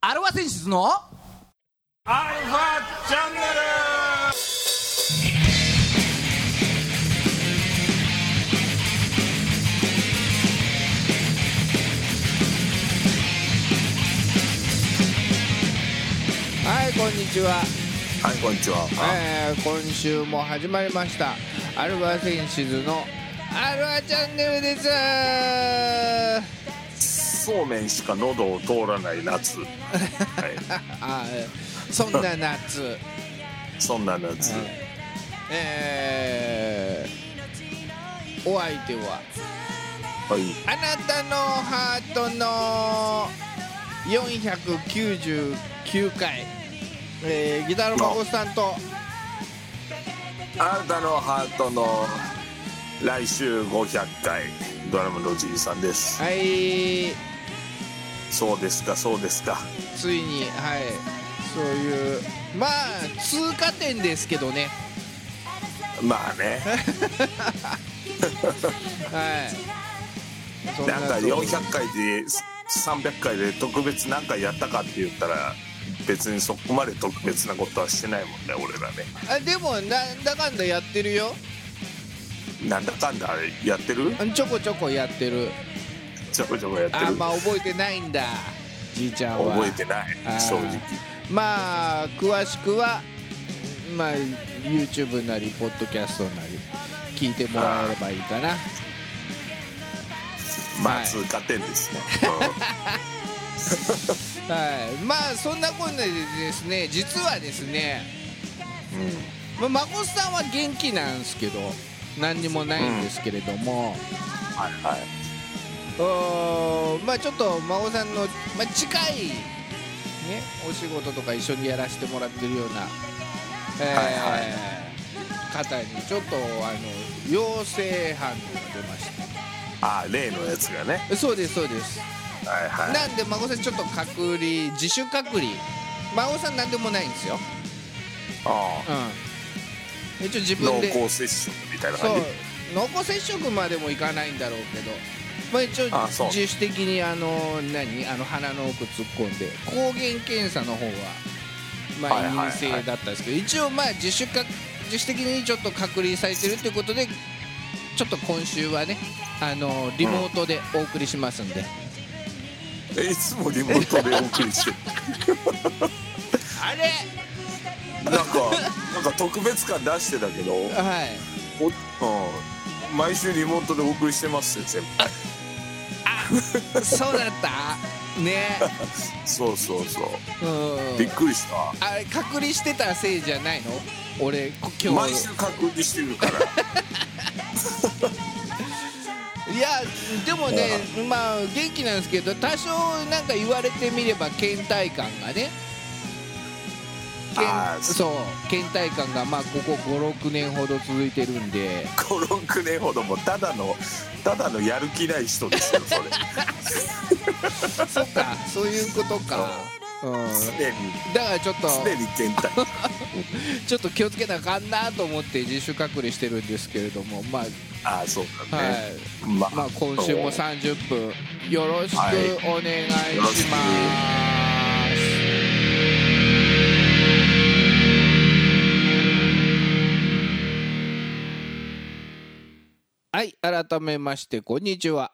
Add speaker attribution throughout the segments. Speaker 1: アルファ選出の
Speaker 2: アルファチャンネル
Speaker 3: はいこんにちは、
Speaker 2: はいこんにちは
Speaker 3: えー今週も始まりましたアルファセンシズのアルファチャンネルです あ
Speaker 2: そうめんしか喉を通らない 夏はい
Speaker 3: あそんな夏
Speaker 2: そんな夏
Speaker 3: えーお相手は
Speaker 2: はい
Speaker 3: あなたのハートの499回、えーギターの孫さんと
Speaker 2: あなたのハートの来週500回ドラムのじいさんです
Speaker 3: はい
Speaker 2: そうですかそうですか
Speaker 3: ついにはいそういうまあ通過点ですけどね
Speaker 2: まあね
Speaker 3: はいそ
Speaker 2: なんか
Speaker 3: とこ
Speaker 2: 400回で300回で特別何回やったかって言ったら別にそこまで特別なことはしてないもんね俺らね
Speaker 3: あでもなんだかんだやってるよ
Speaker 2: なんだかんだあれやってる
Speaker 3: ちょこちょこやってる
Speaker 2: ちょこちょこやって
Speaker 3: あ
Speaker 2: る
Speaker 3: んま覚えてないんだじいちゃんは
Speaker 2: 覚えてない
Speaker 3: あー
Speaker 2: 正直
Speaker 3: まあ詳しくはまあ YouTube なりポッドキャストなり聞いてもらえればいいかな
Speaker 2: ま
Speaker 3: は
Speaker 2: あ
Speaker 3: い
Speaker 2: 通過点です ね、
Speaker 3: はいまあそんなこんなでですね実はですね
Speaker 2: うんうん
Speaker 3: まあ孫さんは元気なんですけど何にもないんですけれども、
Speaker 2: はいはい
Speaker 3: おーまあちょっと孫さんの、まあ、近い、ね、お仕事とか一緒にやらせてもらってるような、えー
Speaker 2: はい
Speaker 3: 方にちょっとあの陽性反応が出まし
Speaker 2: ああ例のやつがね
Speaker 3: たそうですそうです
Speaker 2: はいはい
Speaker 3: なんで孫さんちょっと隔離自主隔離孫さん何でもないんですよ、
Speaker 2: あ
Speaker 3: うん、一応自
Speaker 2: ー濃
Speaker 3: 分で
Speaker 2: 厚接触みたいな
Speaker 3: そう
Speaker 2: 感じ
Speaker 3: 濃厚接触までもいかないんだろうけど、まあ、一応
Speaker 2: あそう
Speaker 3: 自主的にあの何あの鼻の奥突っ込んで抗原検査の方は、ま
Speaker 2: はいはいは
Speaker 3: あ、
Speaker 2: い
Speaker 3: 陰性だったんですけど、一応まあ自主か自主的にちょっと隔離されてるということでちょっと今週はねあのリモートでお送りしますんで、
Speaker 2: えいつもリモートでお送りしてる
Speaker 3: あれ
Speaker 2: なんかなんか特別感出してたけど
Speaker 3: はい
Speaker 2: おうん毎週リモートでお送りしてますよ全部
Speaker 3: そうだった ね
Speaker 2: そうそうそう
Speaker 3: うん
Speaker 2: びっくりした
Speaker 3: あれ隔離してたせいじゃないの俺こ今日
Speaker 2: 毎週確認してるから
Speaker 3: いやでもね、まあ元気なんですけど多少なんか言われてみれば倦怠感がねけん
Speaker 2: あーそ
Speaker 3: そう倦怠感がまあここ56年ほど続いてるんで
Speaker 2: 56年ほどもただのただのやる気ない人ですよそれ
Speaker 3: そっかそういうことか、うん、
Speaker 2: 常に
Speaker 3: だからちょっと
Speaker 2: 常に 倦怠
Speaker 3: ちょっと気をつけなあかんなと思って自主隔離してるんですけれどもま
Speaker 2: ああそう
Speaker 3: あ、
Speaker 2: だ
Speaker 3: は
Speaker 2: ね、
Speaker 3: い
Speaker 2: ま
Speaker 3: まあ、今週も30分よろしく
Speaker 2: はい
Speaker 3: お願いし
Speaker 2: よ
Speaker 3: ま
Speaker 2: ろ
Speaker 3: す
Speaker 2: しく、
Speaker 3: はい、改めましてこんにちは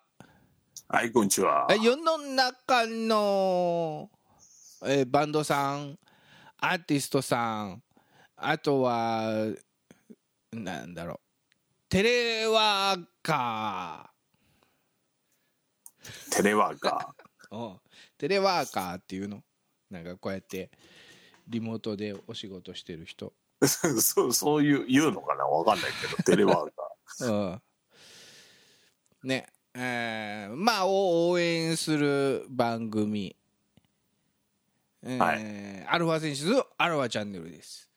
Speaker 2: はいこんにちは
Speaker 3: 世の中の、えーバンドさんアーティストさんあとはなんだろうテレワーカ
Speaker 2: テレワーカ
Speaker 3: ーうんテレワーカーっていうのなんかこうやってリモートでお仕事してる人、
Speaker 2: ー そうそういう言うのかなわかんないけどテレワー カ
Speaker 3: うん、ねえーまあを応援する番組、えー
Speaker 2: は
Speaker 3: アルファ選手のアルファチャンネルです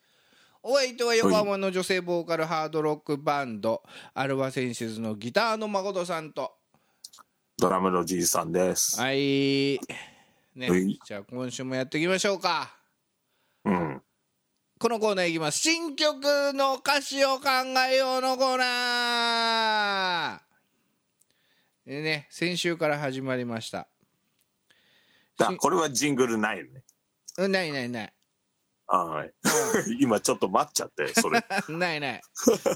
Speaker 3: お相手は横浜の女性ボーカルハードロックバンド、アルファセンシズのギターの誠さんと
Speaker 2: ードラムのじいさんです、
Speaker 3: はいね
Speaker 2: はい
Speaker 3: じゃあ今週もやっていきましょうか
Speaker 2: うん
Speaker 3: このコーナーいきます新曲の歌詞を考えようのコーナーでね先週から始まりました
Speaker 2: だからこれはジングルないよね。
Speaker 3: うんないないない。
Speaker 2: はい。 今ちょっと待っちゃって、それ。
Speaker 3: ないない。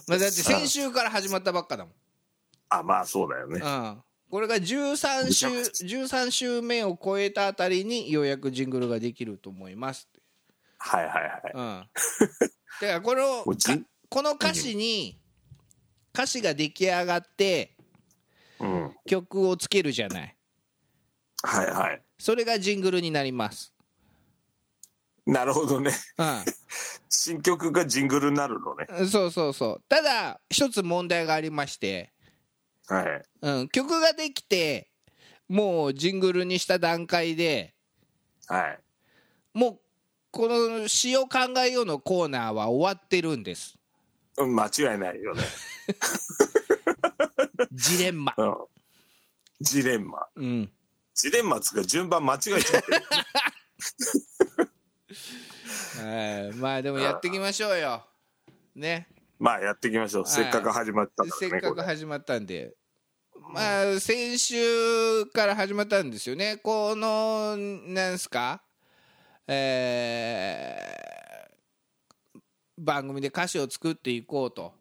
Speaker 3: まあだって先週から始まったばっかだもん。
Speaker 2: あ、まあそうだよね。
Speaker 3: うん。これが13週、
Speaker 2: め
Speaker 3: 13週目を超えたあたりにようやくジングルができると思います。
Speaker 2: はいはいはい。
Speaker 3: うん。だからこの、
Speaker 2: これジン
Speaker 3: かこの歌詞に、歌詞が出来上がって
Speaker 2: うん。
Speaker 3: 曲をつけるじゃない。
Speaker 2: はいはい。
Speaker 3: それがジングルになります。
Speaker 2: なるほどね。
Speaker 3: うん。
Speaker 2: 新曲がジングルになるのね。
Speaker 3: そうそうそうただ一つ問題がありまして、
Speaker 2: はい。
Speaker 3: うん、曲ができてもうジングルにした段階で
Speaker 2: はい。
Speaker 3: もうこの詩を考えようのコーナーは終わってるんです
Speaker 2: うん、間違いないよね。
Speaker 3: ジレンマ
Speaker 2: うん。ジレンマ。
Speaker 3: うん
Speaker 2: ジレンマつうか順番間違えちゃ ってる。
Speaker 3: えーまあでもやっていきましょうよね
Speaker 2: まあやっていきましょう。
Speaker 3: はい
Speaker 2: せっかく始まったから
Speaker 3: せ
Speaker 2: ね。
Speaker 3: っかく
Speaker 2: これ
Speaker 3: 始まったんでまあ先週から始まったんですよねこのなんすかえー番組で歌詞を作っていこうと、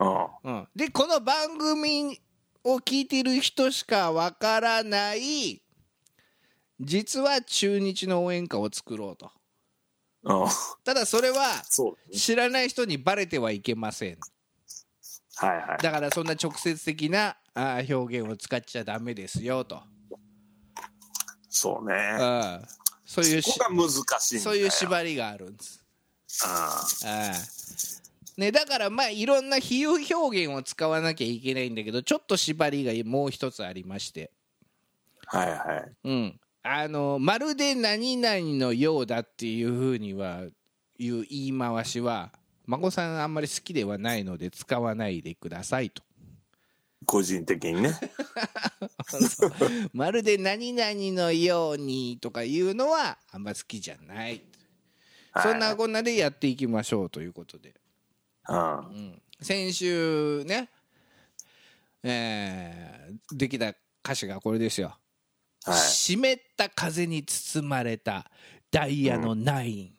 Speaker 2: うん。
Speaker 3: うん、でこの番組を聞いてる人しかわからない実は中日の応援歌を作ろうと
Speaker 2: うん。
Speaker 3: ただそれは
Speaker 2: そう、ね。
Speaker 3: 知らない人にバレてはいけません
Speaker 2: はいはい。
Speaker 3: だからそんな直接的なあー表現を使っちゃダメですよと、
Speaker 2: そう
Speaker 3: う
Speaker 2: ね。
Speaker 3: ん、そういうし
Speaker 2: ここが難しいんだよ。
Speaker 3: そういう縛りがあるんです、
Speaker 2: あ
Speaker 3: うんね、だからまあいろんな比喩表現を使わなきゃいけないんだけどちょっと縛りがもう一つありまして、
Speaker 2: あはいはい。
Speaker 3: うん、あのまるで何々のようだっていうふうにはいう言い回しは孫さんあんまり好きではないので使わないでくださいと。
Speaker 2: 個人的に ね。
Speaker 3: まるで何々のようにとかいうのはあんま好きじゃない、
Speaker 2: はい
Speaker 3: そんなこんなでやっていきましょうということで、
Speaker 2: うん。
Speaker 3: うん、先週ね、えーできた歌詞がこれですよ、
Speaker 2: はい。
Speaker 3: 湿った風に包まれたダイヤのナイ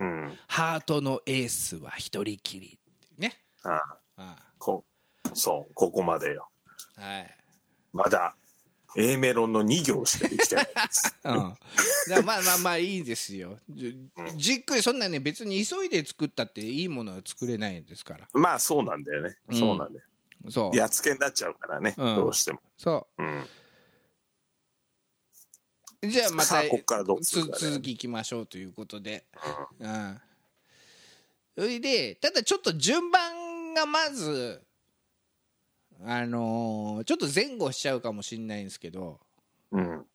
Speaker 3: ン、
Speaker 2: うん。
Speaker 3: ハートのエースは一人きり」っていうね
Speaker 2: ああ
Speaker 3: あ
Speaker 2: こそう、ここまでよ。
Speaker 3: あはい
Speaker 2: まだ A メロンの2行しかできてない です。
Speaker 3: うん、だからまあまあまあいいですよじじっくりそんなね別に急いで作ったっていいものは作れないんですから
Speaker 2: まあそうなんだよね。
Speaker 3: うん
Speaker 2: そうなんだよ。
Speaker 3: そう
Speaker 2: やっつけになっちゃうからね、
Speaker 3: うん
Speaker 2: どうしても。
Speaker 3: そ
Speaker 2: うん。
Speaker 3: うじゃあま
Speaker 2: さ
Speaker 3: た
Speaker 2: あ、ここからどうす
Speaker 3: つ
Speaker 2: るか、
Speaker 3: 続
Speaker 2: ね。
Speaker 3: きいきましょうということでうんそれでただちょっと順番がまずあのーちょっと前後しちゃうかもしれないんですけど
Speaker 2: うん。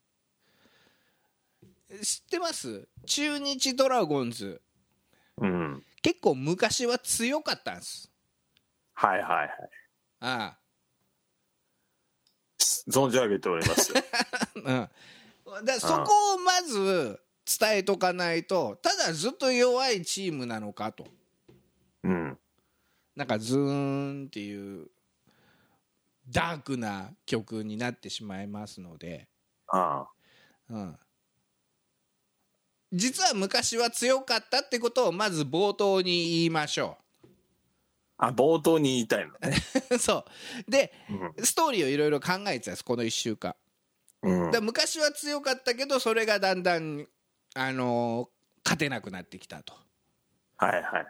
Speaker 3: 知ってます中日ドラゴンズ
Speaker 2: うん。
Speaker 3: 結構昔は強かったんです
Speaker 2: はいはいはい。
Speaker 3: ああ
Speaker 2: 存じ上げておりま すよ。
Speaker 3: うん、だそこをまず伝えとかないとただずっと弱いチームなのかと
Speaker 2: うん。
Speaker 3: なんかズーンっていうダークな曲になってしまいますので、
Speaker 2: ああ。
Speaker 3: うん、実は昔は強かったってことをまず冒頭に言いましょ
Speaker 2: あ、冒頭に言いたいのね。
Speaker 3: う そうでストーリーをいろいろ考えてたんですこの1週間
Speaker 2: うん。うん
Speaker 3: だから昔は強かったけどそれがだんだん、あのー勝てなくなってきたと。
Speaker 2: はいはいはい。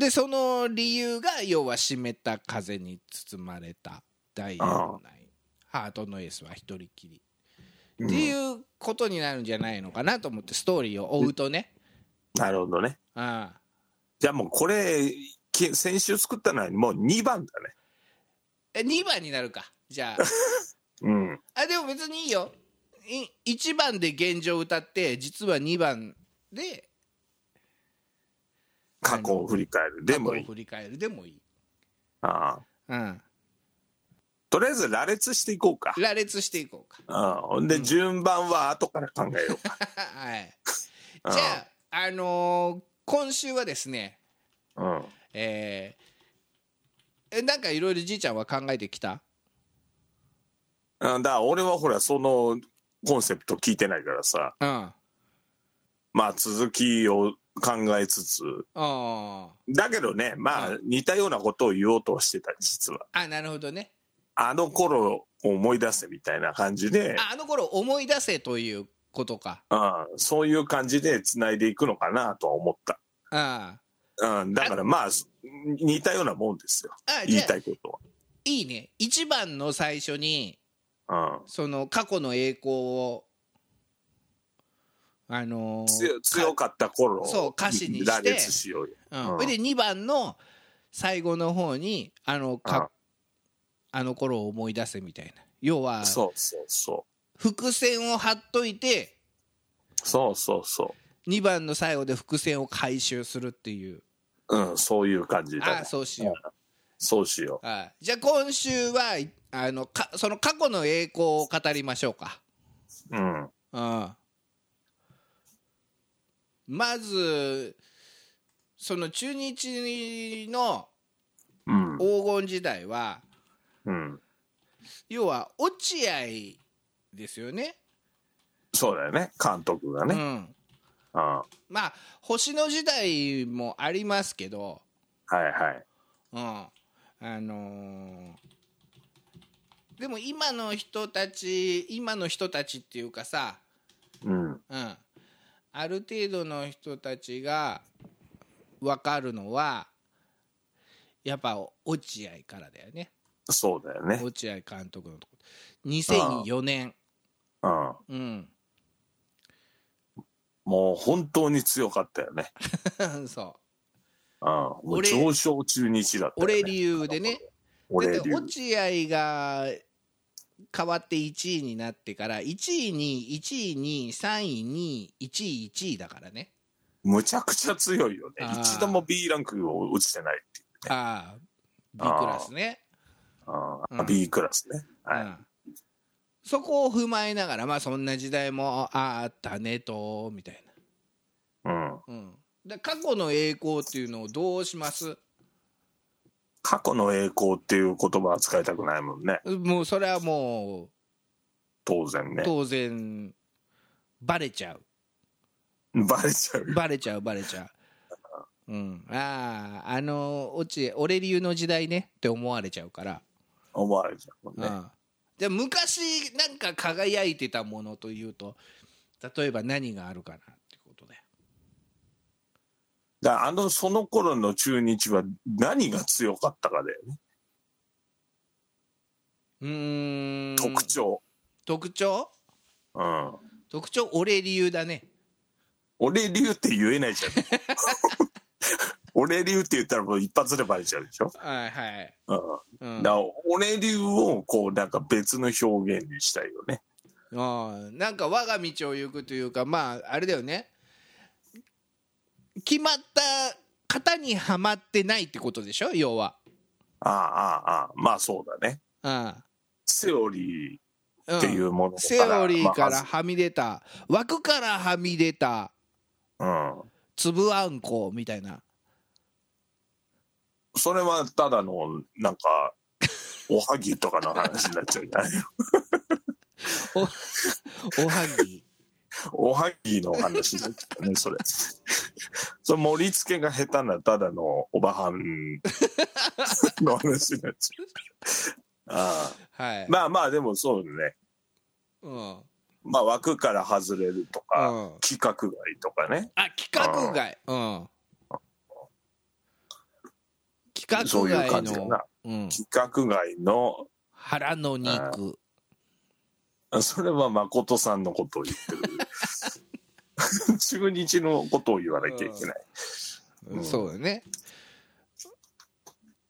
Speaker 3: でその理由が要は湿った風に包まれたダイヤのないハートのエースは一人きり
Speaker 2: うん
Speaker 3: っていうことになるんじゃないのかなと思ってストーリーを追うとね、
Speaker 2: なるほどね。
Speaker 3: ああ
Speaker 2: じゃあもうこれ、き先週作ったのはもう2番だね。
Speaker 3: え2番になるかじゃあ
Speaker 2: うん。
Speaker 3: あでも別にいいよい1番で現状歌って実は2番で
Speaker 2: 過去を振り返る。でも
Speaker 3: 過
Speaker 2: いい
Speaker 3: 去を。振り返るでもいい、
Speaker 2: ああ。
Speaker 3: うん、
Speaker 2: とりあえず羅列していこうか。
Speaker 3: 羅列していこうか
Speaker 2: うん。ほんで、順番は後から考えようか。
Speaker 3: はい
Speaker 2: うん
Speaker 3: じゃああのー今週はですね
Speaker 2: うん。
Speaker 3: えーえなんかいろいろじいちゃんは考えてきた
Speaker 2: うんだから俺はほらそのコンセプト聞いてないからさ
Speaker 3: うん
Speaker 2: まあ続きを考えつつ
Speaker 3: あ
Speaker 2: だけどねま
Speaker 3: う
Speaker 2: あ似たようなことを言おうとしてた実は
Speaker 3: あなるほどね
Speaker 2: あの頃を思い出せみたいな感じで、
Speaker 3: ああの頃思い出せということか
Speaker 2: うん、そういう感じで繋いでいくのかなとは思った、
Speaker 3: あ
Speaker 2: うん、だからまあ似たようなもんですよ
Speaker 3: ああ
Speaker 2: 言
Speaker 3: じ
Speaker 2: い
Speaker 3: ゃあ
Speaker 2: たいこと
Speaker 3: いいね一番の最初に
Speaker 2: は、
Speaker 3: その過去の栄光をあの
Speaker 2: う
Speaker 3: ー
Speaker 2: ん、強強かった頃を
Speaker 3: そう歌詞にして
Speaker 2: 羅列しようよ
Speaker 3: うん
Speaker 2: うん
Speaker 3: それで2番の最後の方にあの
Speaker 2: うん
Speaker 3: かあの頃を思い出せみたいな要は
Speaker 2: そうそうそ
Speaker 3: 伏線を張っといて
Speaker 2: うそうそうそ
Speaker 3: 2番の最後で伏線を回収するっていう
Speaker 2: ううんそういう感じだね
Speaker 3: ああそうしよう
Speaker 2: そうしよ
Speaker 3: はいじゃあ今週はいあのかその過去の栄光を語りましょうか
Speaker 2: ううん
Speaker 3: うんまずその中日の
Speaker 2: うん
Speaker 3: 黄金時代は
Speaker 2: うん
Speaker 3: 要は落合ですよね
Speaker 2: そうだよね監督が
Speaker 3: う
Speaker 2: ね、
Speaker 3: ん、
Speaker 2: うん、は
Speaker 3: まあ星の時代もありますけど、
Speaker 2: いはい
Speaker 3: うんあのーでも今の人たち今の人たちっていうかさ、
Speaker 2: うん
Speaker 3: うん、ある程度の人たちが分かるのはやっぱ落合からだよね
Speaker 2: そうだよね
Speaker 3: 落合監督のとこ2004年
Speaker 2: うん
Speaker 3: うん
Speaker 2: もう本当に強かったよね
Speaker 3: そう
Speaker 2: うんもう
Speaker 3: 俺
Speaker 2: 上昇中日だったよ、ね、
Speaker 3: 俺理由でねだ
Speaker 2: 俺
Speaker 3: って
Speaker 2: 流
Speaker 3: 落合が変わって1位になってから1位に1位に3位に1位1位だからね
Speaker 2: むちゃくちゃ強いよね
Speaker 3: あー
Speaker 2: 一度も B ランクを落ちてないっていう
Speaker 3: ああ B クラスね、
Speaker 2: あー、
Speaker 3: うん
Speaker 2: B クラスねはい、
Speaker 3: うんそこを踏まえながらまあそんな時代もああったねとみたい
Speaker 2: うん、
Speaker 3: な、うん、で過去の栄光っていうのをどうします
Speaker 2: 過去の栄光っていう言葉は使いたくないもんね
Speaker 3: もうそれはも
Speaker 2: 当然
Speaker 3: う
Speaker 2: ね
Speaker 3: 当然バレちゃう
Speaker 2: バレちゃうよ
Speaker 3: バレちゃうバレちゃう、うん、あああの落ち俺流の時代ねって思われちゃうから、
Speaker 2: 思われちゃうもん
Speaker 3: う
Speaker 2: ね、
Speaker 3: ん、じゃあ昔なんか輝いてたものというと例えば何があるかなってことだよ
Speaker 2: だからあのその頃の中日は何が強かったかだよね、
Speaker 3: うーん
Speaker 2: 特徴
Speaker 3: 特徴
Speaker 2: うん
Speaker 3: 特徴俺流だね
Speaker 2: 俺流って言えな いじゃん俺流って言ったらもう一発でバレちゃうでしょ、
Speaker 3: はいはい、
Speaker 2: う
Speaker 3: うん
Speaker 2: ん、だから俺流をこうなんか別の表現にしたいよね
Speaker 3: うんなんか我が道を行くというかまああれだよね決まった型にはまってないってことでしょ要は、
Speaker 2: ああああああまあそうだね
Speaker 3: うん
Speaker 2: セオリー
Speaker 3: うん、
Speaker 2: っていうものから、
Speaker 3: セオリーか
Speaker 2: ま
Speaker 3: ら
Speaker 2: あ
Speaker 3: はみ出た枠からはみ出た
Speaker 2: うん、
Speaker 3: 粒あんこみたいな
Speaker 2: それはただのなんかおはぎとかの話になっちゃうじゃない
Speaker 3: おは ぎ
Speaker 2: おはぎの話になっちゃうねそれそれ盛り付けが下手なただのおばはんの話になっちゃうあ
Speaker 3: はい、
Speaker 2: あまあまあでもそうね
Speaker 3: うん
Speaker 2: まあ枠から外れると
Speaker 3: う
Speaker 2: か、
Speaker 3: ん、
Speaker 2: 規格外とかね
Speaker 3: あ規格外うん規格
Speaker 2: そういう
Speaker 3: 外
Speaker 2: 感じか
Speaker 3: の
Speaker 2: な
Speaker 3: うん、
Speaker 2: 規格外の
Speaker 3: 腹の肉
Speaker 2: それは誠さんのことを 言ってる 中日のことを言わなきゃいけないうん
Speaker 3: そうだね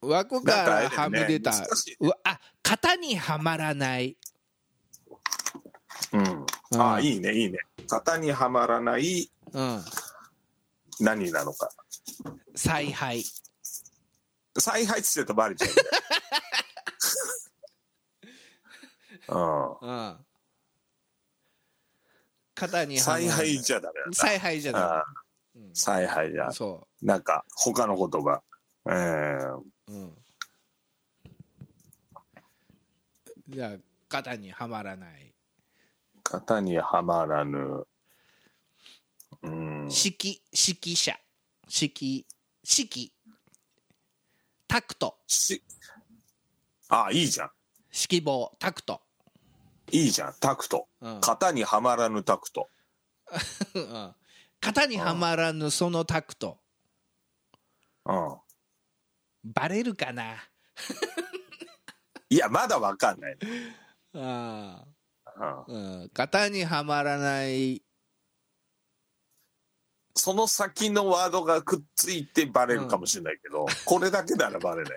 Speaker 3: 枠
Speaker 2: なん
Speaker 3: か
Speaker 2: か
Speaker 3: ら
Speaker 2: あれだよ
Speaker 3: は
Speaker 2: ね
Speaker 3: み出た、
Speaker 2: 難しいう
Speaker 3: わあ型にはまらない
Speaker 2: うん、
Speaker 3: う
Speaker 2: あ
Speaker 3: ん
Speaker 2: あいいねいいね型にはまらない
Speaker 3: うん
Speaker 2: 何なのか
Speaker 3: 采配
Speaker 2: 再配置してたらバレちゃうんだ よ
Speaker 3: うん型
Speaker 2: う
Speaker 3: に
Speaker 2: ん
Speaker 3: はまら
Speaker 2: 再
Speaker 3: ない
Speaker 2: 配じゃダメ
Speaker 3: 采配じゃ
Speaker 2: だなああ
Speaker 3: な
Speaker 2: 再配じ
Speaker 3: い、
Speaker 2: ゃ
Speaker 3: うん、そ
Speaker 2: なんか他の言葉えー、
Speaker 3: う、うん、じゃあ型にはまらない
Speaker 2: 型にはまらぬ。うん。
Speaker 3: 指揮指揮者指揮指揮タクト
Speaker 2: しあ、いいじゃん。
Speaker 3: 指揮棒タクト、
Speaker 2: いいじゃん。タクト。
Speaker 3: うん
Speaker 2: 型にはまらぬタクト。
Speaker 3: うん型にはまらぬそのタクト
Speaker 2: うん。
Speaker 3: バレるかない
Speaker 2: や、まだわかんない。
Speaker 3: あ
Speaker 2: うん
Speaker 3: ー、うん、型にはまらない
Speaker 2: その先のワードがくっついてバレるかもしれないけど、これだけならバレない。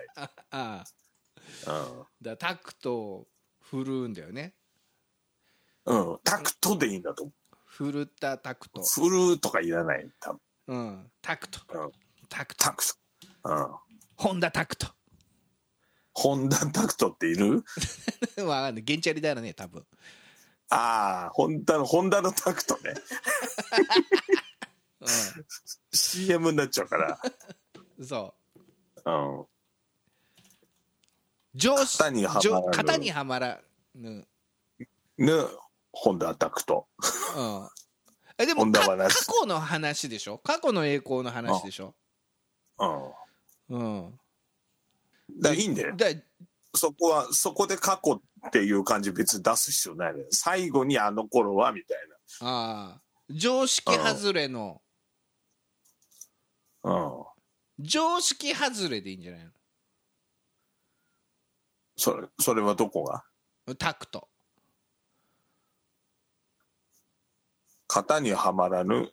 Speaker 3: あ
Speaker 2: う
Speaker 3: ーだタクトを振るうんだよね
Speaker 2: ん。うん。タクトでいいんだと思
Speaker 3: 振るったタクト、
Speaker 2: う。振るとかいらない。多
Speaker 3: う
Speaker 2: 分
Speaker 3: ん、タクト
Speaker 2: うん
Speaker 3: タクト
Speaker 2: タクト。うん。
Speaker 3: ホンダタクト
Speaker 2: ホンダタクトっている
Speaker 3: わかんないゲンチャリだよね多分
Speaker 2: ああ、ホンダの、ホンダのタクトね。
Speaker 3: う
Speaker 2: CM になっちゃうから。
Speaker 3: んそう
Speaker 2: うん。
Speaker 3: 上司
Speaker 2: 型にはまら
Speaker 3: 上
Speaker 2: ぬ。
Speaker 3: 型にはまらぬ、
Speaker 2: ね、ホンダタクト。
Speaker 3: うん、えで
Speaker 2: ホ
Speaker 3: も
Speaker 2: ン
Speaker 3: か
Speaker 2: ダ
Speaker 3: 過
Speaker 2: 話
Speaker 3: 去の話でしょ過去の栄光の話でしょ
Speaker 2: うん。
Speaker 3: うん
Speaker 2: だからいいんだよ。
Speaker 3: だ
Speaker 2: そこは、そこで過去っていう感じ別に出す必要ないのよ。最後にあの頃はみたい
Speaker 3: ああ常識外れの
Speaker 2: な。うん。
Speaker 3: 常識外れでいいんじゃない
Speaker 2: それ、それはどこが
Speaker 3: のタクト
Speaker 2: 型にはまらぬ。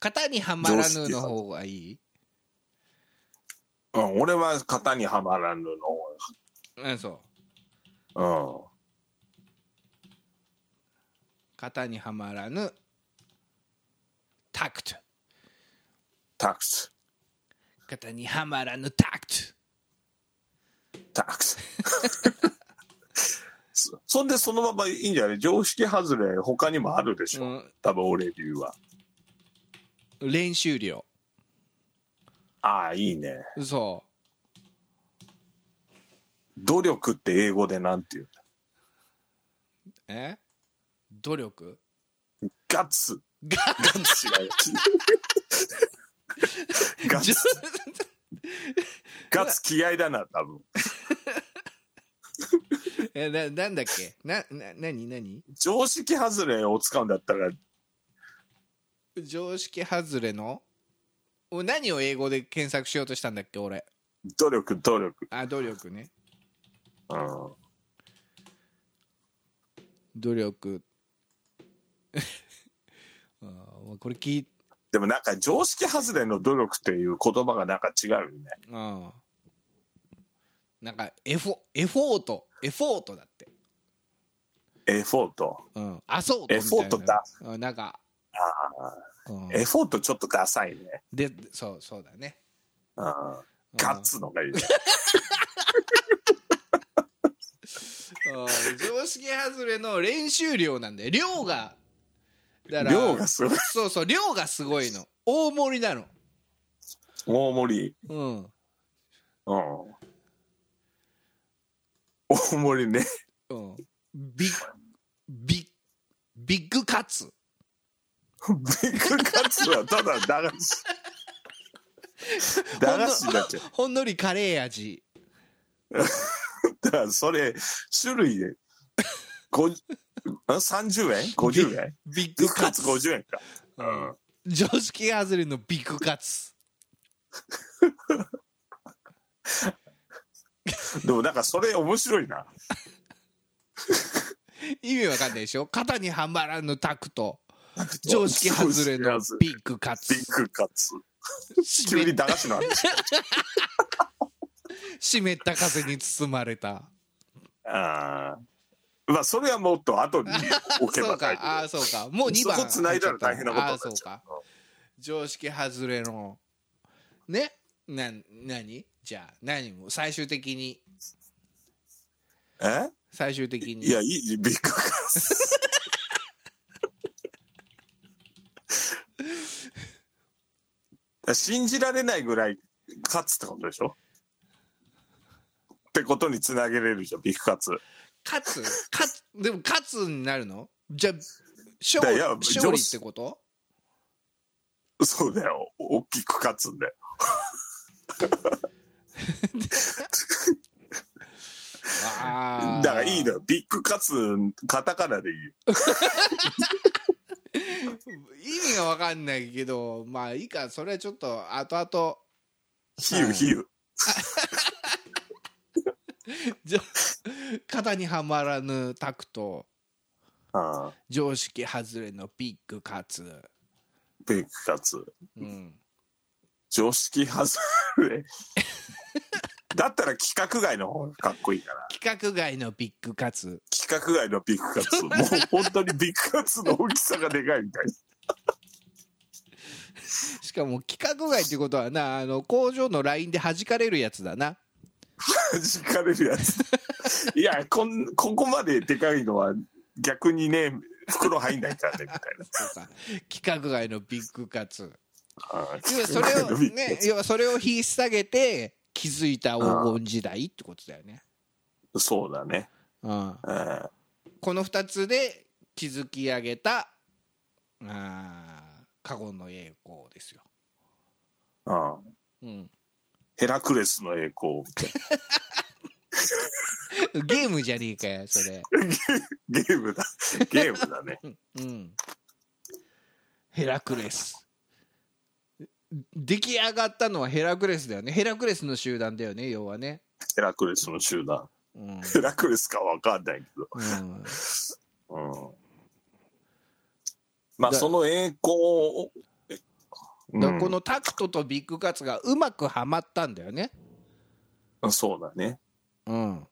Speaker 3: 型にはまら
Speaker 2: 常識
Speaker 3: ぬ
Speaker 2: 外れ
Speaker 3: の方がいい
Speaker 2: うん、俺は型にはまらぬ
Speaker 3: うんそう
Speaker 2: の。
Speaker 3: 型にはまらぬタクト
Speaker 2: うん。タクス。
Speaker 3: 型にはまらぬタクト
Speaker 2: タクス。そそんでそのままいいんじゃない常識外れ他にもあるでしょ、多分俺流は
Speaker 3: うん、練習量
Speaker 2: ああいいね
Speaker 3: そ
Speaker 2: 努力って英語でなんていう
Speaker 3: うえ努力
Speaker 2: ガッツ
Speaker 3: ガ
Speaker 2: ガッツ違うガッツガッツ気合だな多分
Speaker 3: えななんだっけなな何何
Speaker 2: 常識外れを使うんだったら
Speaker 3: 常識外れのお何を英語で検索しようとしたんだっけ俺
Speaker 2: 努力努力
Speaker 3: あ努力ね
Speaker 2: うん
Speaker 3: 努 力あーこれ聞い
Speaker 2: でもなんか常識外れの努力っていう言葉がなんか違うよね
Speaker 3: あーなんかエフォエフォートエフォートだって
Speaker 2: エフォート
Speaker 3: うんアソートみたいな
Speaker 2: エフォートだ
Speaker 3: うんなんかうん
Speaker 2: エフォートちょっとダサいね
Speaker 3: でそうそうだね
Speaker 2: うん
Speaker 3: うん
Speaker 2: ガッツのがいいね
Speaker 3: うん常識外れの練習量なんだよ量がだから
Speaker 2: 量がすごい
Speaker 3: そうそう量がすごいの大盛りなの
Speaker 2: 大盛り
Speaker 3: うん
Speaker 2: うん大盛りね
Speaker 3: うんビッビッビッグカツ
Speaker 2: ビッグカツはただ駄菓 子駄菓子になっちゃう
Speaker 3: ほんのりカレー味
Speaker 2: だからそれ種類でごあ30円 ?50 円
Speaker 3: ビッ
Speaker 2: ビ
Speaker 3: グ
Speaker 2: ッグ
Speaker 3: カ
Speaker 2: カ
Speaker 3: ツ
Speaker 2: ツ50円か、
Speaker 3: う
Speaker 2: うんん、
Speaker 3: 常識外れのビッグカツ
Speaker 2: でもなんかそれ面白いな
Speaker 3: 意味わかんないでしょ肩にはまらぬタクト常識外れのビッグカツ
Speaker 2: ビッグカツ
Speaker 3: 湿
Speaker 2: 急に
Speaker 3: っ
Speaker 2: 駄菓子の話
Speaker 3: 湿った風に包まれた
Speaker 2: あーまあそれはもっと後に置け
Speaker 3: そう
Speaker 2: ば
Speaker 3: か
Speaker 2: 大丈
Speaker 3: ああそうかもう2番
Speaker 2: そこ繋いだら大変なことに
Speaker 3: あ
Speaker 2: な
Speaker 3: あ
Speaker 2: っちゃ
Speaker 3: そううか常識外れのねなん何じゃあ何も最終的に
Speaker 2: 夫え
Speaker 3: 最終的に
Speaker 2: いや、いい、ビッグカツ。 信じられないぐらい勝つってことでしょってことにつなげれるじゃん、ビッグカツ。
Speaker 3: 勝つ勝つでも勝つになるのじゃあ勝利
Speaker 2: いや女子
Speaker 3: 勝利ってこと
Speaker 2: そうだよ。大きく勝つんだよ。
Speaker 3: あー
Speaker 2: だからいいのよ。ビッグ勝つ、カタカナでいいよ。
Speaker 3: 意味が分かんないけどまあいいかそれはちょっと後々
Speaker 2: 比喩、比喩。
Speaker 3: じょ肩にはまらぬタクト
Speaker 2: ああ、
Speaker 3: 常識外れのビッグカツ、
Speaker 2: ビッグ勝つ。
Speaker 3: うん、
Speaker 2: 常識外れ。 だったら規格外の方がかっこいいから。
Speaker 3: 規格外のビッグカツ
Speaker 2: 規格外のビッ グカツ。もう本当にビッグカツの大きさがでかいみたいな。
Speaker 3: しかも規格外ってことはなあの工場のラインで弾かれるやつだな
Speaker 2: 弾かれるやつ。 いや、こん、ここまででかいのは逆にね、袋入んないからね、みたいな。
Speaker 3: そうか規格外のビッグカツ
Speaker 2: ああ
Speaker 3: 要はそれ をね要はそれを引っ提げて気づいた黄金時代ってことだよね、
Speaker 2: そうだね。
Speaker 3: うん、
Speaker 2: うん
Speaker 3: この2つで築き上げたあー過去の栄光ですよ、
Speaker 2: うん
Speaker 3: うん、
Speaker 2: ヘラクレスの栄光みたい
Speaker 3: ゲームじゃねえかよそれ、
Speaker 2: な。ゲームだ。ゲームだね。
Speaker 3: うん、ヘラクレス出来上がったのはヘラクレスだよねヘラクレスの集団だよね要はね、
Speaker 2: ヘラクレスの集団。
Speaker 3: うん
Speaker 2: ヘラクレスかわかんないけど。
Speaker 3: うん、
Speaker 2: うん。まあ、
Speaker 3: だ
Speaker 2: その栄光を、う
Speaker 3: だからこ
Speaker 2: ん
Speaker 3: のタクトとビッグカツがうまくはまったんだよね、
Speaker 2: そうだね。
Speaker 3: うん、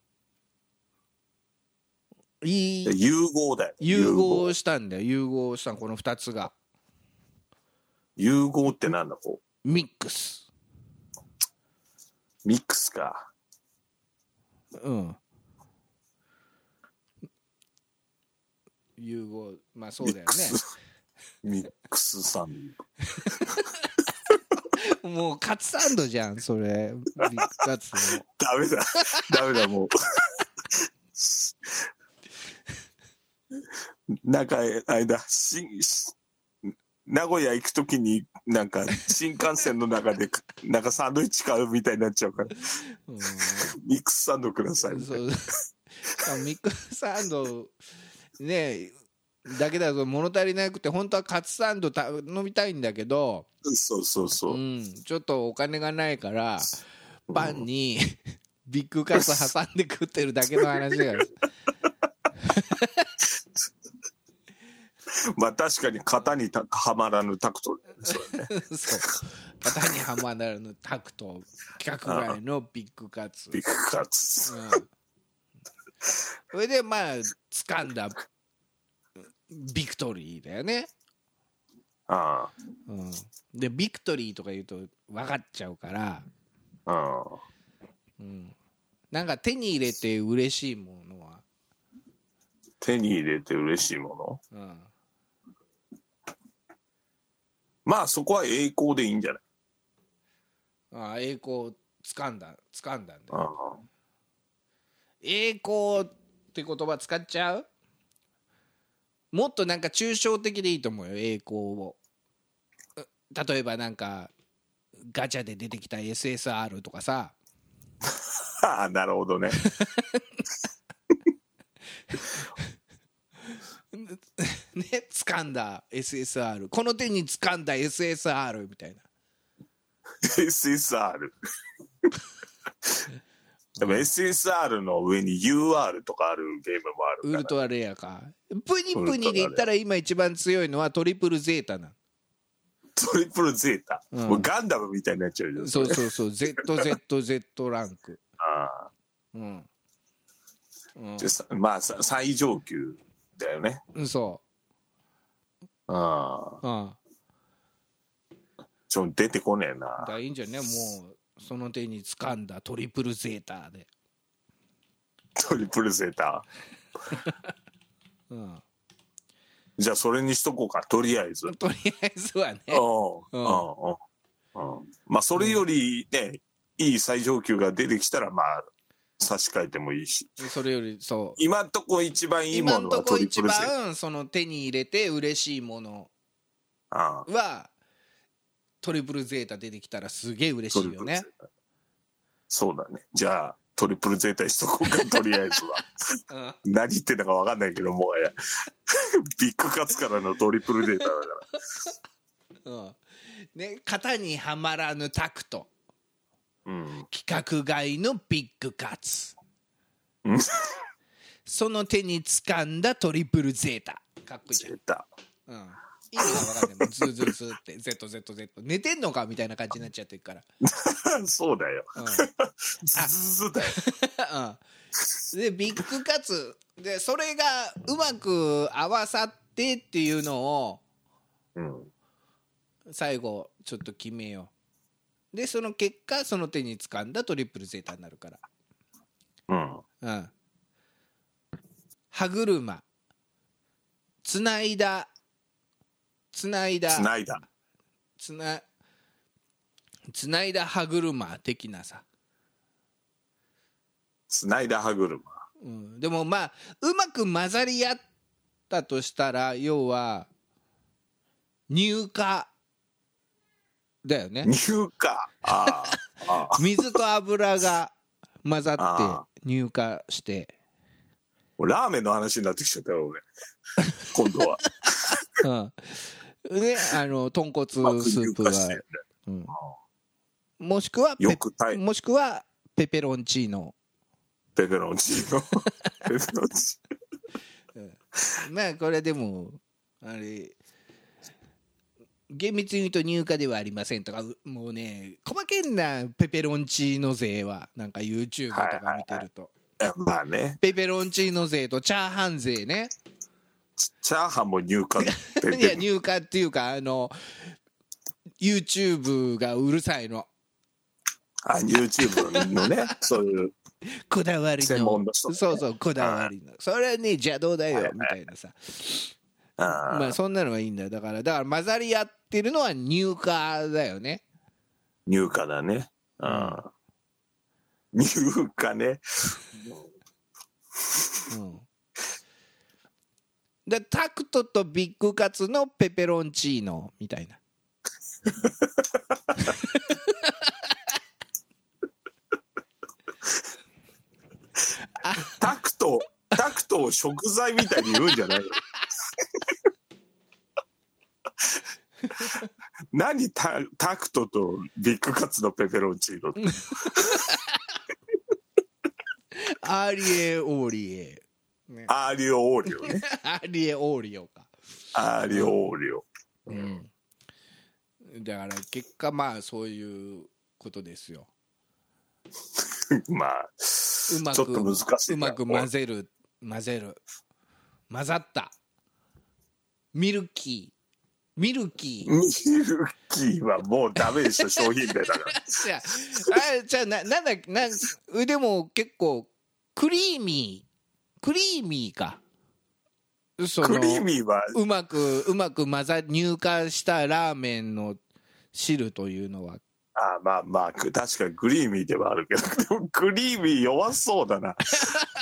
Speaker 3: いい
Speaker 2: 融合だよ。
Speaker 3: 融合したんだよ融合したのこの2つが
Speaker 2: 融合ってなんだ、こ
Speaker 3: ミックス
Speaker 2: う。ミックスか。
Speaker 3: うん融合まあそうだよ
Speaker 2: ミックスサン
Speaker 3: ねもうカツサンドじゃんそれビッグカツの
Speaker 2: ド。ダメだ。 ダメだ、もう。 なんか、あれだ、しし名古屋行くときに、なんか、新幹線の 中で、なんかサンドイッチ買うみたいになっちゃうから、
Speaker 3: うん
Speaker 2: ミックスサンドくださいみたい
Speaker 3: そうあミックスサンドねだけだと物足りなくて本当はカツサンドた飲みたいんだけど、
Speaker 2: な。そうそうそうう。
Speaker 3: ん、ちょっとお金がないからパンにビッグカツ挟んで食ってるだけの話が
Speaker 2: まあ確かに型にたはまらぬタクトですよね。
Speaker 3: そう肩にはまらぬタクト企画外のビッグカツ、う
Speaker 2: ビ
Speaker 3: ん
Speaker 2: ッ、グカツ。
Speaker 3: それでまあ掴んだビクトリーだよね、
Speaker 2: あ
Speaker 3: うん、でビクトリーとか言うと分かっちゃうから、
Speaker 2: あ、ああ。
Speaker 3: うん、なんか手に入れて嬉しいものは、
Speaker 2: 手に入れて嬉しいもの。
Speaker 3: うん、
Speaker 2: まあそこは栄光でいいんじゃない
Speaker 3: ああ栄光を掴んだ掴んだんだ
Speaker 2: あ
Speaker 3: よ
Speaker 2: あ
Speaker 3: 栄光って言葉使っちゃうもっとなんか抽象的でいいと思うよ栄光をう例えばなんかガチャで出てきた SSR とかさ
Speaker 2: ああ、なるほ どね。
Speaker 3: ね掴んだ SSR この手に掴んだ SSR みたいな
Speaker 2: SSR。でも SSR の上に UR とかあるゲームもある
Speaker 3: ウ
Speaker 2: から。
Speaker 3: ルトラレアかプニプニで言ったら今一番強いのはトリプルゼータな
Speaker 2: トリプルゼータ。
Speaker 3: うん
Speaker 2: もうガンダムみたいになっちゃうじゃん。
Speaker 3: そうそうそう ZZZ ランク
Speaker 2: ああ
Speaker 3: うん、うん
Speaker 2: でさまあさ最上級だよね。
Speaker 3: うん、そ
Speaker 2: ああ。
Speaker 3: ううん
Speaker 2: ちょ、出てこねえ
Speaker 3: だか
Speaker 2: な。
Speaker 3: らいいんじゃねもうその手に掴んだトリプルゼータで、
Speaker 2: トリプルゼータ。
Speaker 3: うん、
Speaker 2: じゃあそれにしとこうか、とりあえず。
Speaker 3: とりあえずはね
Speaker 2: うんうんうんうんまあそれよりね、いい最上級が出てきたらまあ差し替えてもいいし
Speaker 3: それよりそう
Speaker 2: 今んとこ一番いい
Speaker 3: 今
Speaker 2: も
Speaker 3: ん
Speaker 2: の
Speaker 3: と
Speaker 2: は
Speaker 3: こ
Speaker 2: トリ
Speaker 3: 一
Speaker 2: プルセー
Speaker 3: 番その手に入れて嬉しいもの
Speaker 2: ああ
Speaker 3: はトリプルゼータ出てきたらすげえ嬉
Speaker 2: ト
Speaker 3: し
Speaker 2: リ
Speaker 3: いよ
Speaker 2: プルゼー
Speaker 3: ね、
Speaker 2: タそうだねじゃあトリプルゼータにしとこうかとりあえず は
Speaker 3: うん、
Speaker 2: 何言ってんだか分かんないけどもはや ビッグカツからのトリプルゼータだから
Speaker 3: うんね、型にはまらぬタクト
Speaker 2: うん
Speaker 3: 規格外のビッグカツ
Speaker 2: うん
Speaker 3: その手に掴んだトリプルゼータかっこいいじ
Speaker 2: ゼータ
Speaker 3: ゃん、うん、意味が分かんないズーズーズーって ZZZ 寝てんのかみたいな感じになっちゃってるから、
Speaker 2: そうだよ
Speaker 3: うん
Speaker 2: ズズズだよ
Speaker 3: うんでビッグカツでそれがうまく合わさってっていうのを
Speaker 2: うん
Speaker 3: 最後ちょっと決めようでその結果その手に掴んだトリプルゼータになるから
Speaker 2: うん
Speaker 3: うん歯車つないだつないだ
Speaker 2: つないだ
Speaker 3: つなつないだ歯車的なさ、
Speaker 2: つないだ歯車
Speaker 3: うん、でもまあうまく混ざり合ったとしたら要は乳化だよね
Speaker 2: 入荷ああああ
Speaker 3: 水と油が混ざ
Speaker 2: あ
Speaker 3: って乳化して、
Speaker 2: もうラーメンの話になってきちゃった よ俺今度は
Speaker 3: うん、であの豚骨ス
Speaker 2: うまく
Speaker 3: ー
Speaker 2: 入
Speaker 3: プ
Speaker 2: 荷して
Speaker 3: が、
Speaker 2: る
Speaker 3: うん、もしくはペ
Speaker 2: よく耐え
Speaker 3: もしくはペペロンチーノ
Speaker 2: ペペロンチ ーノペペロンチ
Speaker 3: まあこれでもあれ厳密に言うと乳化ではありませんとかうもうね細けんなペペロンチーノ勢はなんか YouTube とか見てると、
Speaker 2: ーノまあね
Speaker 3: ペペロンチーノ勢とチャーハン勢ね
Speaker 2: チャーハンも入荷 ペ
Speaker 3: いや
Speaker 2: ペ
Speaker 3: 乳化っていうかあの YouTube がうるさいの
Speaker 2: あ YouTube のねそういう
Speaker 3: こだわりの
Speaker 2: 専門の人ね
Speaker 3: そうそうこだわりのそれはね邪道だ
Speaker 2: はいは
Speaker 3: よ
Speaker 2: い
Speaker 3: みたいなさ
Speaker 2: あ
Speaker 3: まあ
Speaker 2: ー
Speaker 3: そんなのはいいんだよだからだから混ざり合ってるのは乳化だよね
Speaker 2: 入荷だねあー入荷ね
Speaker 3: うんでタクトとビッグカツのペペロンチーノみたいな
Speaker 2: タクトタクトを食材みたいに言うんじゃな いよ何タタクトとビッグカツのペペロンチーノって
Speaker 3: アーリエオーリエ、 ね、
Speaker 2: アーリオオーリオね
Speaker 3: アーリエオーリオか、
Speaker 2: アーリオオーリオ
Speaker 3: うん、だから結果まあそういうことですよ
Speaker 2: まあ
Speaker 3: うまく
Speaker 2: ちょっと難しいうな
Speaker 3: まく混ぜる混ぜる混ざったミルキーミルキー
Speaker 2: ミルキーはもうダメでしょ商品名だから
Speaker 3: じゃああじゃあななんだなんうでも結構クリーミークリーミーか その
Speaker 2: クリーミーは
Speaker 3: うまくうまく混ざ乳化したラーメンの汁というのは
Speaker 2: あまあまあく確かにクリーミーではあるけどで もクリーミー弱そう だな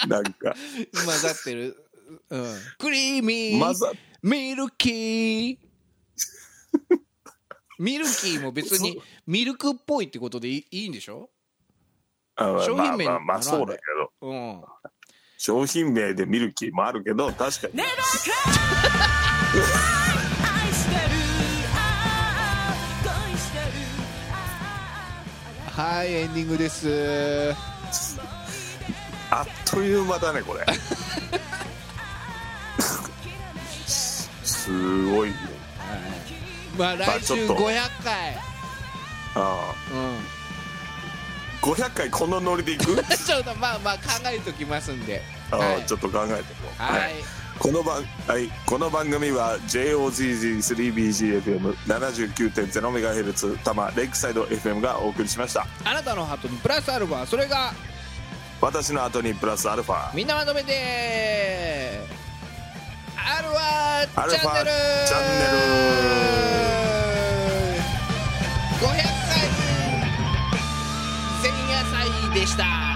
Speaker 2: なんか
Speaker 3: 混ざってる、うん、クリーミー
Speaker 2: 混ざ
Speaker 3: ミルキ ーミルキーも別にミルクっぽいってことでいいいいんでしょ
Speaker 2: あ
Speaker 3: 商品名
Speaker 2: まあま
Speaker 3: なら
Speaker 2: あまあそうだけど
Speaker 3: うん
Speaker 2: 商品名でミルキーもあるけど確か
Speaker 1: 愛し
Speaker 2: に
Speaker 1: てるああ恋してるあ
Speaker 3: はいエンディングです
Speaker 2: あっという間だね これすごいね
Speaker 3: まあ
Speaker 2: まあ
Speaker 3: 来
Speaker 2: ちょ
Speaker 3: 週
Speaker 2: っと
Speaker 3: 500回
Speaker 2: あ
Speaker 3: うん
Speaker 2: あ500回このノリでいく
Speaker 3: ちょっとまあまあ考えときますんで
Speaker 2: ああ、
Speaker 3: はい
Speaker 2: ちょっと考えても
Speaker 3: はい
Speaker 2: この番、はい、この番組は JOZZ3BGFM79.0MHz 多摩レイクサイド FM がお送りしました
Speaker 3: あなたのハートにプラスアルファそれが
Speaker 2: 私の後にプラスアルファ
Speaker 3: みんなまとめてアルファ
Speaker 2: アル
Speaker 3: チ
Speaker 2: フ
Speaker 3: ャンネ
Speaker 2: ァ
Speaker 3: ル
Speaker 2: チャンネ
Speaker 3: 500回前夜祭でした